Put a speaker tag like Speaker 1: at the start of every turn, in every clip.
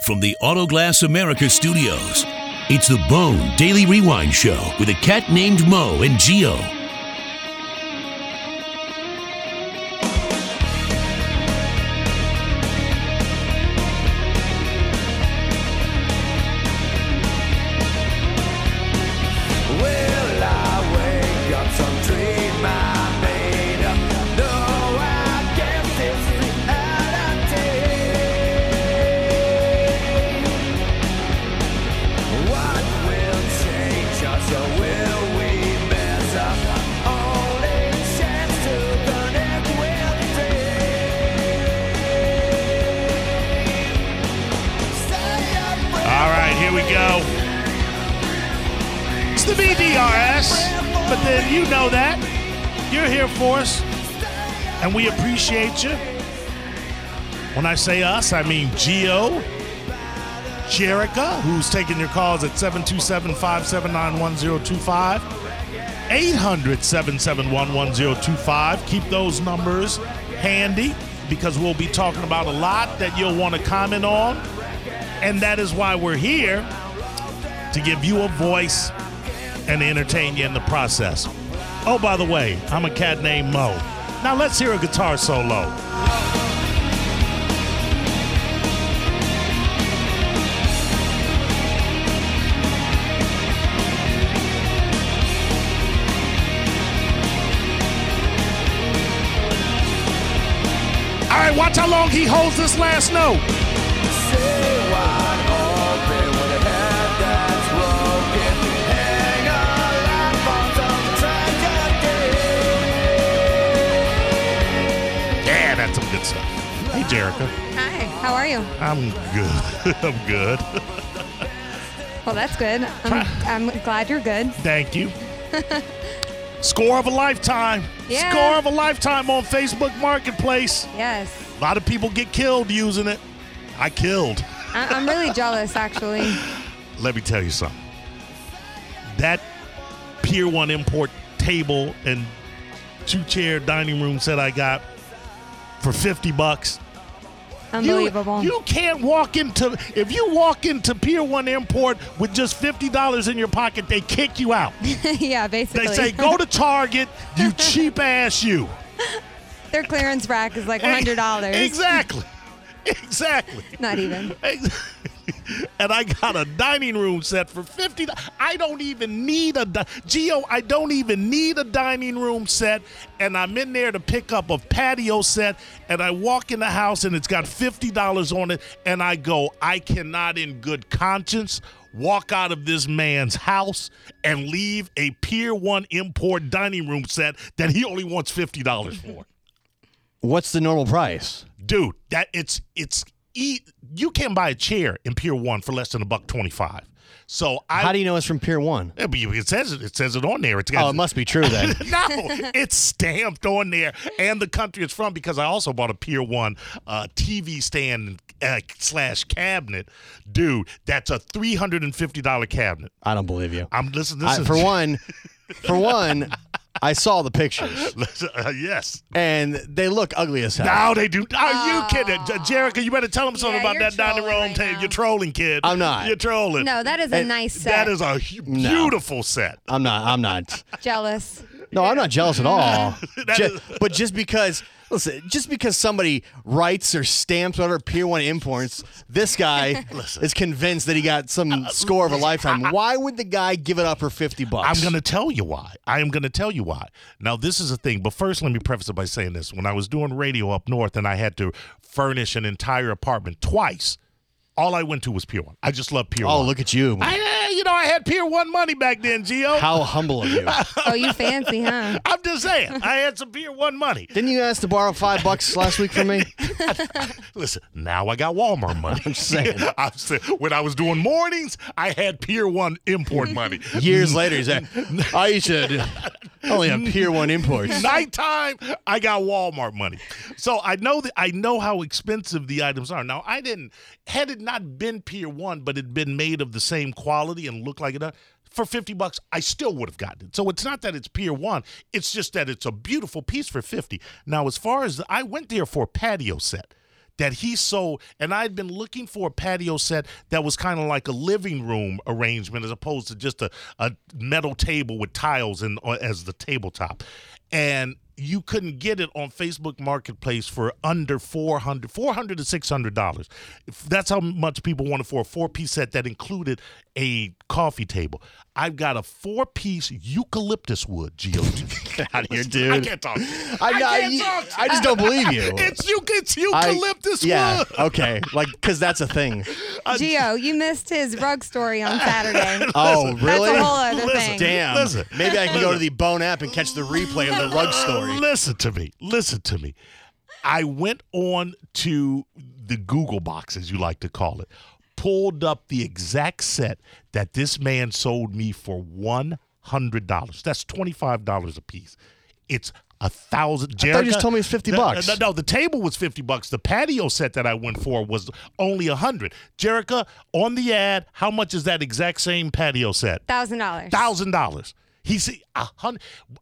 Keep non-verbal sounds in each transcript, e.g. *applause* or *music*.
Speaker 1: From the Autoglass America studios, it's the Bone Daily Rewind Show with a cat named Mo and Geo.
Speaker 2: Will I wake up some dream I made up? No, I guess it's reality. What will change us or will we mess up? Only chance to connect will be.
Speaker 3: All right, here we go. It's the BDRS, but then you know that. You're here for us, and we appreciate you. When I say us, I mean Geo, Jerica, who's taking your calls at 727 579 1025, 800 771 1025. Keep those numbers handy because we'll be talking about a lot that you'll want to comment on, and that is why we're here to give you a voice and entertain you in the process. Oh, by the way, I'm a cat named Mo. Now let's hear a guitar solo. All right, watch how long he holds this last note.
Speaker 2: Stay wide open with a head that's broken. Hang a life on some tragedy.
Speaker 3: Yeah, that's some good stuff. Hey, Jerica.
Speaker 4: Hi, how are you?
Speaker 3: I'm good. *laughs* I'm good.
Speaker 4: Well, that's good. I'm, I'm glad you're good.
Speaker 3: Thank you. Score of a lifetime.
Speaker 4: Yeah.
Speaker 3: Score of a lifetime on Facebook Marketplace.
Speaker 4: Yes.
Speaker 3: A lot of people get killed using it. I killed.
Speaker 4: I, I'm really jealous, actually.
Speaker 3: Let me tell *laughs* you something. That Pier 1 import table and two chair dining room set I got for 50 bucks. You-
Speaker 4: Unbelievable.
Speaker 3: You, can't walk into if you walk into Pier 1 import with just $50 in your pocket, they kick you out.
Speaker 4: *laughs* yeah,
Speaker 3: They
Speaker 4: basically.
Speaker 3: say go to Target, you cheap ass you.
Speaker 4: *laughs* Their clearance rack is like $100.
Speaker 3: Exactly. Exactly.
Speaker 4: Not even.
Speaker 3: and I got a dining room set for fifty. I don't even need a di- Geo. I don't even need a dining room set, and I'm in there to pick up a patio set. And I walk in the house, and it's got fifty dollars on it. And I go, I cannot, in good conscience, walk out of this man's house and leave a Pier One import dining room set that he only wants fifty dollars for
Speaker 5: What's the normal price?
Speaker 3: dude that it's it's e- you can buy a chair in pier one for less than a buck 25 so i
Speaker 5: How do you know it's from Pier One?
Speaker 3: Yeah, but you- it says it, it says it on there it's got
Speaker 5: Oh, it must be true then.
Speaker 3: *laughs* no, it's stamped on there and the country it's from because I also bought a Pier One uh, TV stand uh, slash cabinet, dude. That's a three hundred and fifty dollar cabinet.
Speaker 5: I don't believe you.
Speaker 3: I'm listen. This
Speaker 5: I,
Speaker 3: is
Speaker 5: for one, for one, I saw the
Speaker 3: *laughs*
Speaker 5: pictures
Speaker 3: listen, uh, yes.
Speaker 5: and they look ugly as hell.
Speaker 3: Now they do. Are you kidding, Jerica? You better tell them something
Speaker 4: Yeah,
Speaker 3: about
Speaker 4: you're
Speaker 3: that dining
Speaker 4: trolling
Speaker 3: room
Speaker 4: right
Speaker 3: table.
Speaker 4: now.
Speaker 3: You're trolling, kid.
Speaker 5: I'm not.
Speaker 3: You're trolling.
Speaker 4: No, that is a nice set.
Speaker 3: That is a hu- beautiful set.
Speaker 5: I'm not. I'm not.
Speaker 4: *laughs*
Speaker 3: *laughs*
Speaker 4: jealous.
Speaker 5: No, I'm not jealous at all.
Speaker 3: That
Speaker 5: Ju-
Speaker 3: is-
Speaker 5: but just because, listen, just because somebody writes or stamps whatever Pier One imports,
Speaker 3: *laughs*
Speaker 5: this guy is convinced that he got some
Speaker 3: Uh,
Speaker 5: score of a lifetime. Why would the guy give it up for fifty bucks?
Speaker 3: I'm going to tell you why. I am going to tell you why. Now, this is a thing, but first, let me preface it by saying this. When I was doing radio up north and I had to furnish an entire apartment twice, all I went to was Pier 1. I just love Pier 1.
Speaker 5: Oh, look at you!
Speaker 3: I, eh, you know, I had Pier 1 money back then, Gio.
Speaker 5: How humble
Speaker 3: *laughs*
Speaker 5: of you!
Speaker 4: Oh, you fancy, huh?
Speaker 3: I'm just saying, I had some Pier 1 money.
Speaker 5: Didn't you ask to borrow five bucks last week from me?
Speaker 3: Listen, now I got Walmart
Speaker 5: *laughs*
Speaker 3: money. I'm
Speaker 5: saying.
Speaker 3: *laughs* I'm saying when I was doing mornings, I had Pier 1 import money.
Speaker 5: *laughs* Years later, he's like, I used to only have Pier 1 imports.
Speaker 3: nighttime, I got Walmart money. So I know that I know how expensive the items are. Now I didn't had it not been Pier One, but it'd been made of the same quality and looked like it. done, For fifty bucks, I still would have gotten it. So it's not that it's Pier One; it's just that it's a beautiful piece for fifty. Now, as far as I went there for a patio set, that he sold, and I'd been looking for a patio set that was kind of like a living room arrangement as opposed to just a, a metal table with tiles and as the tabletop. And you couldn't get it on Facebook Marketplace for under 400 400 to 600 dollars. That's how much people wanted for a four-piece set that included a coffee table. I've got a four-piece eucalyptus wood, Gio.
Speaker 5: *laughs* Get out of
Speaker 3: *laughs*
Speaker 5: here,
Speaker 3: I
Speaker 5: dude.
Speaker 3: can't talk. *laughs* I,
Speaker 5: I-
Speaker 3: can't
Speaker 5: I-
Speaker 3: talk.
Speaker 5: I just don't believe you.
Speaker 3: *laughs* It's, euc- it's
Speaker 5: I-
Speaker 3: eucalyptus
Speaker 5: yeah,
Speaker 3: wood.
Speaker 5: okay. Like, because that's a thing.
Speaker 4: Geo, you missed his rug story
Speaker 3: *laughs*
Speaker 4: on Saturday.
Speaker 5: Oh, really?
Speaker 4: That's a whole other
Speaker 3: Listen,
Speaker 4: thing.
Speaker 5: Damn.
Speaker 3: Listen.
Speaker 5: Maybe I can go to the Bone app and catch the replay of
Speaker 3: *laughs*
Speaker 5: the rug
Speaker 3: Uh,
Speaker 5: story.
Speaker 3: Listen to me. Listen to me. I went on to the Google box, as you like to call it, pulled up the exact set that this man sold me for one hundred dollars. That's twenty five dollars a piece. It's a thousand.
Speaker 5: you
Speaker 3: Jerrica-
Speaker 5: just told me it's 50
Speaker 3: No,
Speaker 5: bucks.
Speaker 3: No, no, the table was fifty bucks. The patio set that I went for was only a hundred. Jerica, on the ad, how much is that exact same patio set?
Speaker 4: Thousand dollars.
Speaker 3: thousand dollars. He said, a hun-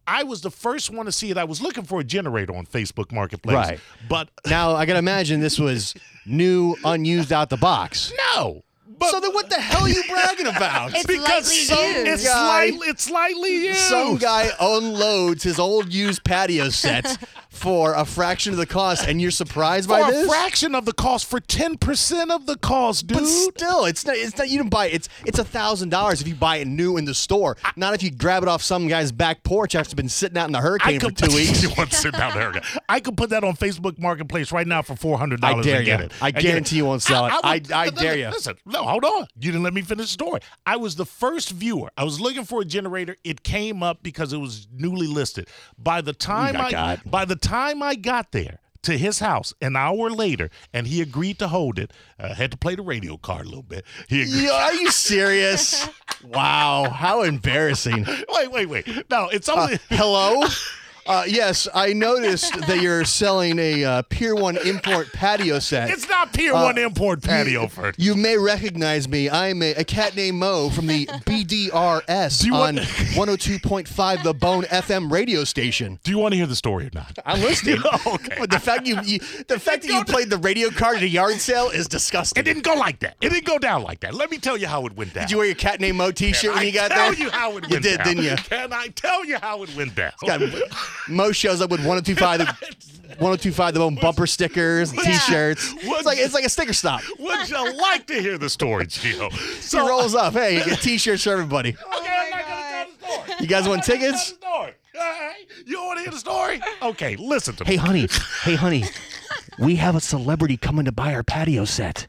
Speaker 3: I was the first one to see it. I was looking for a generator on Facebook Marketplace,
Speaker 5: Right.
Speaker 3: But
Speaker 5: Now, I can imagine this was new, unused out the box.
Speaker 3: no, but
Speaker 5: so then what the hell are you bragging about?
Speaker 4: It's
Speaker 3: because
Speaker 4: lightly
Speaker 3: some,
Speaker 4: used.
Speaker 3: it's
Speaker 5: Guy-
Speaker 3: slightly, it's slightly used.
Speaker 5: Some guy unloads his old used
Speaker 3: *laughs*
Speaker 5: patio set for a fraction of the cost, and you're surprised
Speaker 3: for
Speaker 5: by
Speaker 3: a
Speaker 5: this?
Speaker 3: fraction of the cost, for ten percent of the cost, dude.
Speaker 5: But still, it's not. It's not. You didn't buy it. It's it's a thousand dollars if you buy it new in the store. Not if you grab it off some guy's back porch after it's been sitting out in the hurricane for two
Speaker 3: *laughs*
Speaker 5: weeks.
Speaker 3: You want to sit down there again. I could put that on Facebook Marketplace right now for four hundred
Speaker 5: I
Speaker 3: dollars.
Speaker 5: dare
Speaker 3: and get
Speaker 5: you.
Speaker 3: it.
Speaker 5: I
Speaker 3: And get
Speaker 5: guarantee you won't sell it.
Speaker 3: would-
Speaker 5: I- I
Speaker 3: no, no,
Speaker 5: dare
Speaker 3: no,
Speaker 5: you.
Speaker 3: Listen, no, hold on. You didn't let me finish the story. I was the first viewer. I was looking for a generator. It came up because it was newly listed. By
Speaker 5: Oh
Speaker 3: the time
Speaker 5: got
Speaker 3: I
Speaker 5: got.
Speaker 3: by the time I got there. To his house an hour later, and he agreed to hold it. I had to play the radio card a little bit. He agreed.
Speaker 5: You- are
Speaker 3: *laughs*
Speaker 5: you serious? wow, how embarrassing.
Speaker 3: Wait, wait, wait. No, it's
Speaker 5: Uh,
Speaker 3: only.
Speaker 5: hello. Uh, yes, I noticed that you're selling a uh, Pier One import patio set.
Speaker 3: it's not Pier
Speaker 5: uh,
Speaker 3: One Import Patio
Speaker 5: you,
Speaker 3: for
Speaker 5: You may recognize me. I'm a, a cat named Mo
Speaker 3: *laughs*
Speaker 5: from the BDRS
Speaker 3: Do you
Speaker 5: on
Speaker 3: want-
Speaker 5: 102.5 The Bone FM radio station.
Speaker 3: Do you want to hear the story or not?
Speaker 5: I'm *laughs* listening.
Speaker 3: okay.
Speaker 5: But the fact you, you
Speaker 3: *laughs*
Speaker 5: the fact that you played the radio card at a yard sale is disgusting.
Speaker 3: It didn't go like that. It didn't go down like that. Let me tell you how it went down.
Speaker 5: Did you wear your cat named Mo T-shirt when
Speaker 3: I
Speaker 5: you got
Speaker 3: tell
Speaker 5: there?
Speaker 3: you how it
Speaker 5: You
Speaker 3: went
Speaker 5: did,
Speaker 3: down.
Speaker 5: didn't you?
Speaker 3: Can I tell you how it went down?
Speaker 5: God, Mo shows up with 102.5 the
Speaker 3: *laughs*
Speaker 5: 102.5 the Bone bumper stickers, and
Speaker 4: Yeah.
Speaker 5: T-shirts. It's
Speaker 3: What-
Speaker 5: like it's like a sticker stop.
Speaker 3: Would you like to hear the story,
Speaker 5: *laughs*
Speaker 3: Gio?
Speaker 5: He
Speaker 3: So,
Speaker 5: rolls up. Hey, you get T-shirts for everybody.
Speaker 3: okay, I'm
Speaker 4: Oh,
Speaker 3: not going to tell the story.
Speaker 5: You guys
Speaker 3: I'm not
Speaker 5: want
Speaker 3: gonna tell
Speaker 5: tickets?
Speaker 3: the story. All right. You want to hear the story? Okay, listen to me.
Speaker 6: Hey, honey. Hey, honey. We have a celebrity coming to buy our patio set.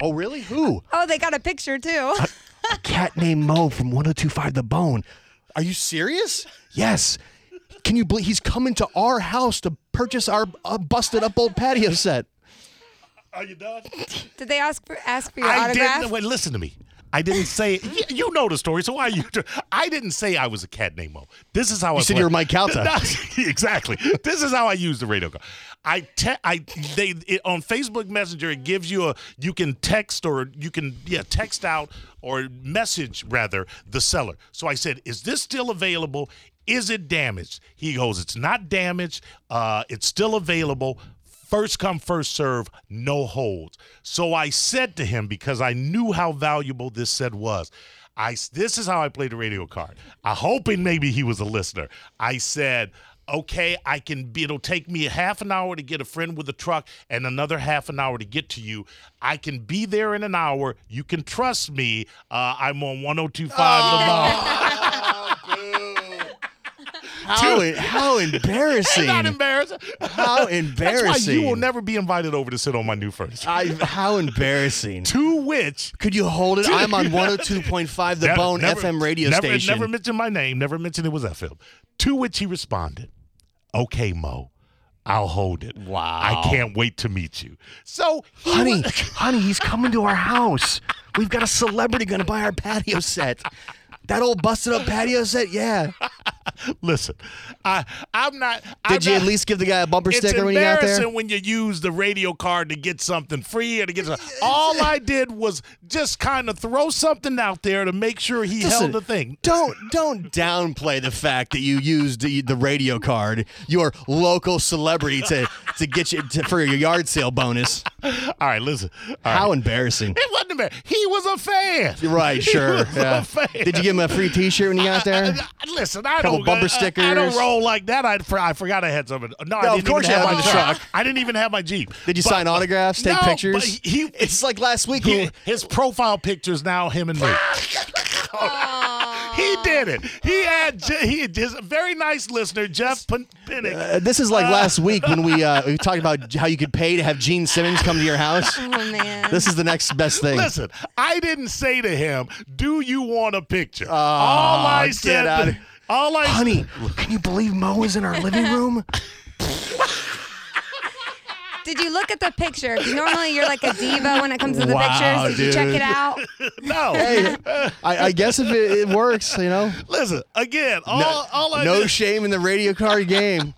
Speaker 5: Oh, really? Who?
Speaker 4: Oh, they got a picture too.
Speaker 6: A cat named Mo from 1025 The Bone.
Speaker 5: Are you serious?
Speaker 6: Yes.
Speaker 5: Can you believe he's coming to our house to purchase our uh, busted up old patio set?
Speaker 3: Are you done?
Speaker 4: Did they ask for ask for your
Speaker 3: I
Speaker 4: autograph?
Speaker 3: didn't. Wait, listen to me. I didn't say y- you know the story, so why are you? I didn't say I was a cat named Mo. This is how I
Speaker 5: said
Speaker 3: play-
Speaker 5: you were
Speaker 3: *laughs*
Speaker 5: Mike Calta.
Speaker 3: No, exactly. This is how I use the radio. call. I te- I they it, on Facebook Messenger it gives you a you can text or you can yeah text out or message rather the seller. So I said, is this still available? Is it damaged? He goes, it's not damaged. Uh, it's still available. First come, first serve, no holds. So I said to him because I knew how valuable this set was. I s- this is how I played the radio card. I hoping maybe he was a listener. I said, okay, I can be. It'll take me a half an hour to get a friend with a truck and another half an hour to get to you. I can be there in an hour. You can trust me. Uh, I'm on 1025 tomorrow.
Speaker 5: How, en- how *laughs* embarrassing!
Speaker 3: Not embarrassing. *laughs*
Speaker 5: How
Speaker 3: That's
Speaker 5: embarrassing!
Speaker 3: why you will never be invited over to sit on my new furniture.
Speaker 5: I, how embarrassing!
Speaker 3: To which
Speaker 5: Could you hold it?
Speaker 3: *laughs*
Speaker 5: I'm on 102.5 The
Speaker 3: Never-
Speaker 5: Bone
Speaker 3: never-
Speaker 5: FM radio
Speaker 3: never,
Speaker 5: station.
Speaker 3: Never mentioned my name. Never mentioned it was FM. To which he responded, "Okay, Mo, I'll hold it.
Speaker 5: Wow.
Speaker 3: I can't wait to meet you." So, he
Speaker 6: Honey,
Speaker 3: was-
Speaker 6: honey, he's coming to our house. We've got a celebrity going to buy our patio set.
Speaker 5: that old busted up patio set, yeah.
Speaker 3: listen, I I'm not. I'm
Speaker 5: Did you
Speaker 3: not-
Speaker 5: at least give the guy a bumper
Speaker 3: It's
Speaker 5: sticker when you got there?
Speaker 3: embarrassing when you use the radio card to get something free or to get something. All I did was just kind of throw something out there to make sure he
Speaker 5: Listen,
Speaker 3: held the thing.
Speaker 5: Don't don't downplay the fact that you used the, the radio card, your local celebrity, to to get you to, for your yard sale bonus.
Speaker 3: All right, listen. All right. *laughs*
Speaker 5: How embarrassing!
Speaker 3: It wasn't bad. He was a fan.
Speaker 5: You're right,
Speaker 3: He
Speaker 5: sure.
Speaker 3: was a
Speaker 5: Yeah.
Speaker 3: fan.
Speaker 5: Did you give him a free T-shirt when you got there?
Speaker 3: *laughs* I- I- listen, I
Speaker 5: Couple
Speaker 3: don't
Speaker 5: bumper
Speaker 3: I- I, don't
Speaker 5: stickers.
Speaker 3: roll like that. I, for, I forgot I had something. No, I
Speaker 5: No,
Speaker 3: didn't
Speaker 5: of
Speaker 3: even
Speaker 5: course you
Speaker 3: have
Speaker 5: had
Speaker 3: my
Speaker 5: it in the
Speaker 3: truck.
Speaker 5: truck.
Speaker 3: I didn't even have my Jeep.
Speaker 5: Did you
Speaker 3: But-
Speaker 5: sign autographs, take
Speaker 3: no,
Speaker 5: pictures?
Speaker 3: But he,
Speaker 5: *laughs* it's like last week.
Speaker 3: he-
Speaker 5: when-
Speaker 3: his profile pictures now him and me. he did it. He had Je- he had his very nice listener Jeff Pin- Pinnick.
Speaker 5: uh, this is like last week when we uh, we talked about how you could pay to have Gene Simmons come to your house.
Speaker 4: Oh man.
Speaker 5: This is the next best thing.
Speaker 3: Listen, I didn't say to him, "Do you want a picture?" all I
Speaker 5: Ah, get
Speaker 3: said,
Speaker 5: out of-
Speaker 3: all I
Speaker 5: Honey, can you believe Mo is in our living room?
Speaker 4: Did you look at the picture? 'Cause Normally you're like a diva when it comes to the
Speaker 5: Wow,
Speaker 4: pictures. Did you check
Speaker 5: dude.
Speaker 4: it out?
Speaker 3: no.
Speaker 5: Hey, I, I guess if it, it works, you know.
Speaker 3: Listen again. All, all I
Speaker 5: no
Speaker 3: did,
Speaker 5: shame in the radio card game.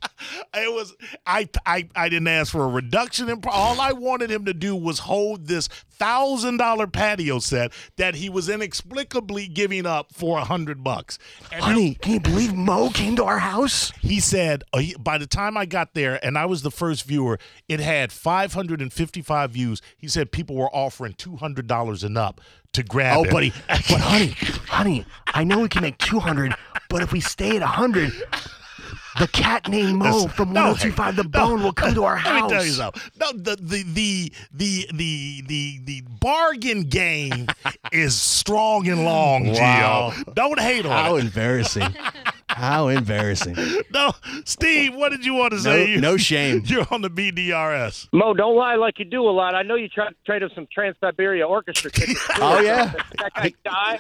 Speaker 3: it was I, I I didn't ask for a reduction in. pri- All I wanted him to do was hold this thousand dollar patio set that he was inexplicably giving up for a hundred bucks. And
Speaker 5: Honey, can you believe Mo came to our house?
Speaker 3: he said uh, he- by the time I got there and I was the first viewer, it had 555 views. He said people were offering $200 and up to grab
Speaker 5: Oh,
Speaker 3: it. *laughs*
Speaker 5: buddy.
Speaker 6: But honey, honey, I know we can make 200, but if we stay at 100, the cat named Mo from
Speaker 3: No,
Speaker 6: 1025 The Bone will come to our
Speaker 3: Let me
Speaker 6: house.
Speaker 3: tell you something. No, the the the the the the, the bargain game
Speaker 5: *laughs*
Speaker 3: is strong and long,
Speaker 5: Wow.
Speaker 3: Gio. Don't hate on
Speaker 5: How
Speaker 3: it.
Speaker 5: embarrassing. How embarrassing.
Speaker 3: *laughs* No, Steve, what did you want to
Speaker 5: No,
Speaker 3: say? You-
Speaker 5: no shame.
Speaker 3: *laughs* You're on the BDRS.
Speaker 7: Mo, don't lie like you do a lot. I know you tried to trade him some Trans Siberia Orchestra tickets. too.
Speaker 5: Oh, yeah.
Speaker 7: That guy die.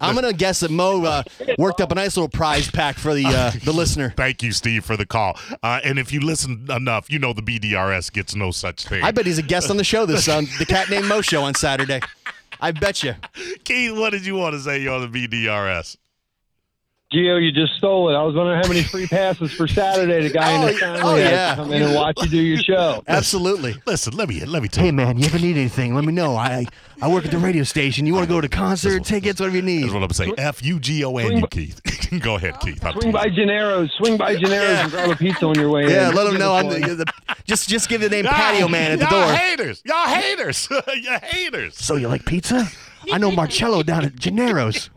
Speaker 5: I'm going to guess that Mo uh, worked up a nice little prize pack for the uh, the listener.
Speaker 3: Thank you, Steve, for the call. Uh, and if you listen enough, you know the BDRS gets no such thing.
Speaker 5: I bet he's a guest on the show this um, the Cat Named Mo show on Saturday. I bet you.
Speaker 3: Keith, what did you want to say? You're on the BDRS.
Speaker 7: Gio, you just stole it. I was wondering how many free passes for Saturday the guy
Speaker 5: Oh,
Speaker 7: in the family
Speaker 5: oh,
Speaker 7: had
Speaker 5: yeah.
Speaker 7: to come in and watch you do your show.
Speaker 5: *laughs* Absolutely.
Speaker 3: Listen, let me let me tell
Speaker 6: Hey
Speaker 3: you.
Speaker 6: man, you ever need anything? Let me know. I I work at the radio station. You want to go to concert tickets, whatever you need.
Speaker 3: That's what I'm saying. F U G O N you, Keith. *laughs* Go ahead, Keith. I'm-
Speaker 7: Swing by Gennaro's. Swing by Gennaro's and grab a pizza on your way in.
Speaker 5: Yeah, let him
Speaker 7: Give
Speaker 5: know
Speaker 7: it
Speaker 5: I'm
Speaker 7: for
Speaker 5: the,
Speaker 7: him.
Speaker 5: the just just give the name
Speaker 3: Y'all-
Speaker 5: Patio Man at the
Speaker 3: y'all
Speaker 5: door.
Speaker 3: haters. Y'all haters. *laughs* you haters.
Speaker 6: So you like pizza? I know Marcello down at Gennaro's.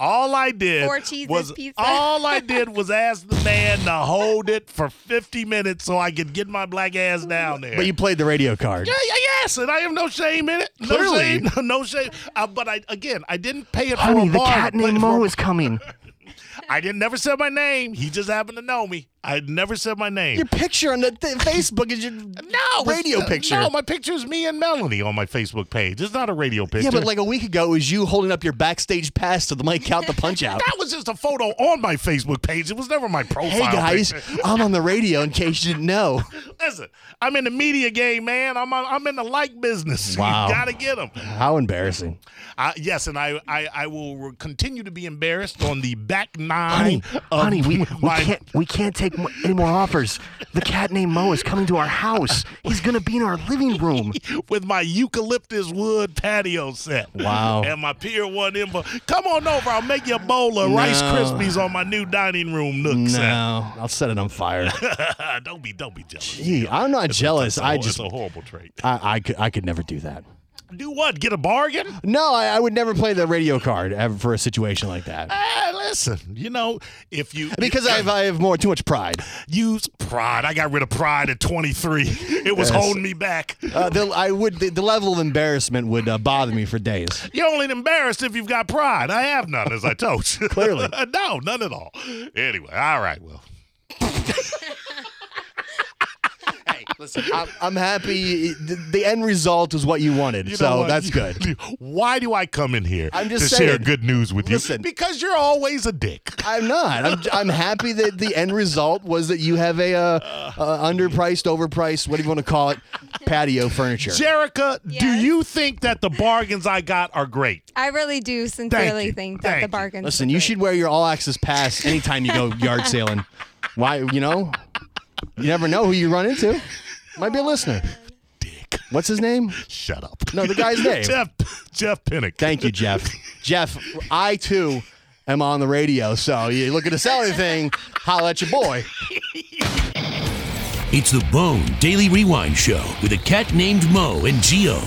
Speaker 3: All I did
Speaker 4: Four cheeses
Speaker 3: was
Speaker 4: pizza.
Speaker 3: all
Speaker 4: *laughs*
Speaker 3: I did was ask the man to hold it for 50 minutes so I could get my black ass down there.
Speaker 5: But you played the radio card.
Speaker 3: yeah, yeah, yes, and I have no shame in it. No
Speaker 5: Clearly.
Speaker 3: shame, *laughs* no, shame. Uh, but I again, I didn't pay it for
Speaker 6: Honey,
Speaker 3: a
Speaker 6: the
Speaker 3: bar. I
Speaker 6: cat
Speaker 3: played
Speaker 6: named
Speaker 3: it for a
Speaker 6: Mo is coming.
Speaker 3: *laughs* I didn't never said my name. He just happened to know me. I never said my name.
Speaker 5: Your picture on the th- Facebook is your
Speaker 3: no
Speaker 5: radio
Speaker 3: it's-
Speaker 5: picture.
Speaker 3: No, my picture is me and Melanie on my Facebook page. It's not a radio picture.
Speaker 5: yeah, but like a week ago, it was you holding up your backstage pass to the Mike Out the
Speaker 3: *laughs*
Speaker 5: Punch Out.
Speaker 3: that was just a photo on my Facebook page. It was never my profile.
Speaker 5: Hey guys,
Speaker 3: picture.
Speaker 5: I'm on the radio. In case you didn't know,
Speaker 3: listen, I'm in the media game, man. I'm I'm in the like business. *laughs*
Speaker 5: Wow.
Speaker 3: you gotta get them.
Speaker 5: how embarrassing!
Speaker 3: Uh, yes, and I, I I will continue to be embarrassed on the back nine.
Speaker 6: Honey,
Speaker 3: of
Speaker 6: honey,
Speaker 5: *laughs*
Speaker 6: we, we
Speaker 3: my-
Speaker 6: can't we can't take mo- any more offers. The cat named Mo is coming to our house. He's gonna be in our living room.
Speaker 3: with my eucalyptus wood patio set.
Speaker 5: Wow.
Speaker 3: And my Pier 1 info. Come on over. I'll make you a bowl of Rice Krispies on my new dining room nook
Speaker 5: No, I'll set it
Speaker 3: *laughs*
Speaker 5: on fire.
Speaker 3: set. don't be don't be jealous.
Speaker 5: Gee, I'm not
Speaker 3: It's a-
Speaker 5: jealous.
Speaker 3: it's a
Speaker 5: I
Speaker 3: hor-
Speaker 5: just,
Speaker 3: it's a
Speaker 5: I,
Speaker 3: horrible trait.
Speaker 5: I could, I could never do that.
Speaker 3: Do what? Get a bargain?
Speaker 5: No, I, I would never play the radio card ever for a situation like that
Speaker 3: Ah, listen, you know, if you
Speaker 5: because I have, I have more too much pride.
Speaker 3: use pride, I got rid of pride at 23. It was
Speaker 5: Yes.
Speaker 3: holding me back.
Speaker 5: Uh, the, I would the, the level of embarrassment would uh, bother me for days.
Speaker 3: You're only embarrassed if you've got pride. I have none, as I told you. *laughs*
Speaker 5: Clearly.
Speaker 3: no, none at all. Anyway, all right, well.
Speaker 5: Listen, I'm, I'm happy. The, the end result is what you wanted,
Speaker 3: You know
Speaker 5: so
Speaker 3: what?
Speaker 5: that's good.
Speaker 3: *laughs* Why do I come in here
Speaker 5: I'm just
Speaker 3: to share
Speaker 5: saying.
Speaker 3: good news with
Speaker 5: Listen.
Speaker 3: you? Because you're always a dick.
Speaker 5: I'm not. I'm, I'm happy that the end result was that you have a uh, uh, underpriced, overpriced, what do you want to call it, patio furniture.
Speaker 3: Jerica, do
Speaker 4: Yes.
Speaker 3: you think that the bargains I got are great?
Speaker 4: I really do sincerely
Speaker 3: you.
Speaker 4: think that
Speaker 3: Thank you.
Speaker 4: the bargains.
Speaker 5: Listen,
Speaker 4: were
Speaker 5: you
Speaker 4: great.
Speaker 5: should wear your all access pass anytime you go yard sailing. Why? You know, you never know who you run into. Might be a listener.
Speaker 3: Dick.
Speaker 5: What's his name?
Speaker 3: Shut up.
Speaker 5: No,
Speaker 3: *laughs*
Speaker 5: the guy's name.
Speaker 3: Jeff Jeff Pinnock.
Speaker 5: Thank you, Jeff. *laughs* Jeff, I too am on the radio, so you looking to sell anything? Holla at your boy.
Speaker 1: It's the Bone Daily Rewind Show with a cat named Mo and Geo.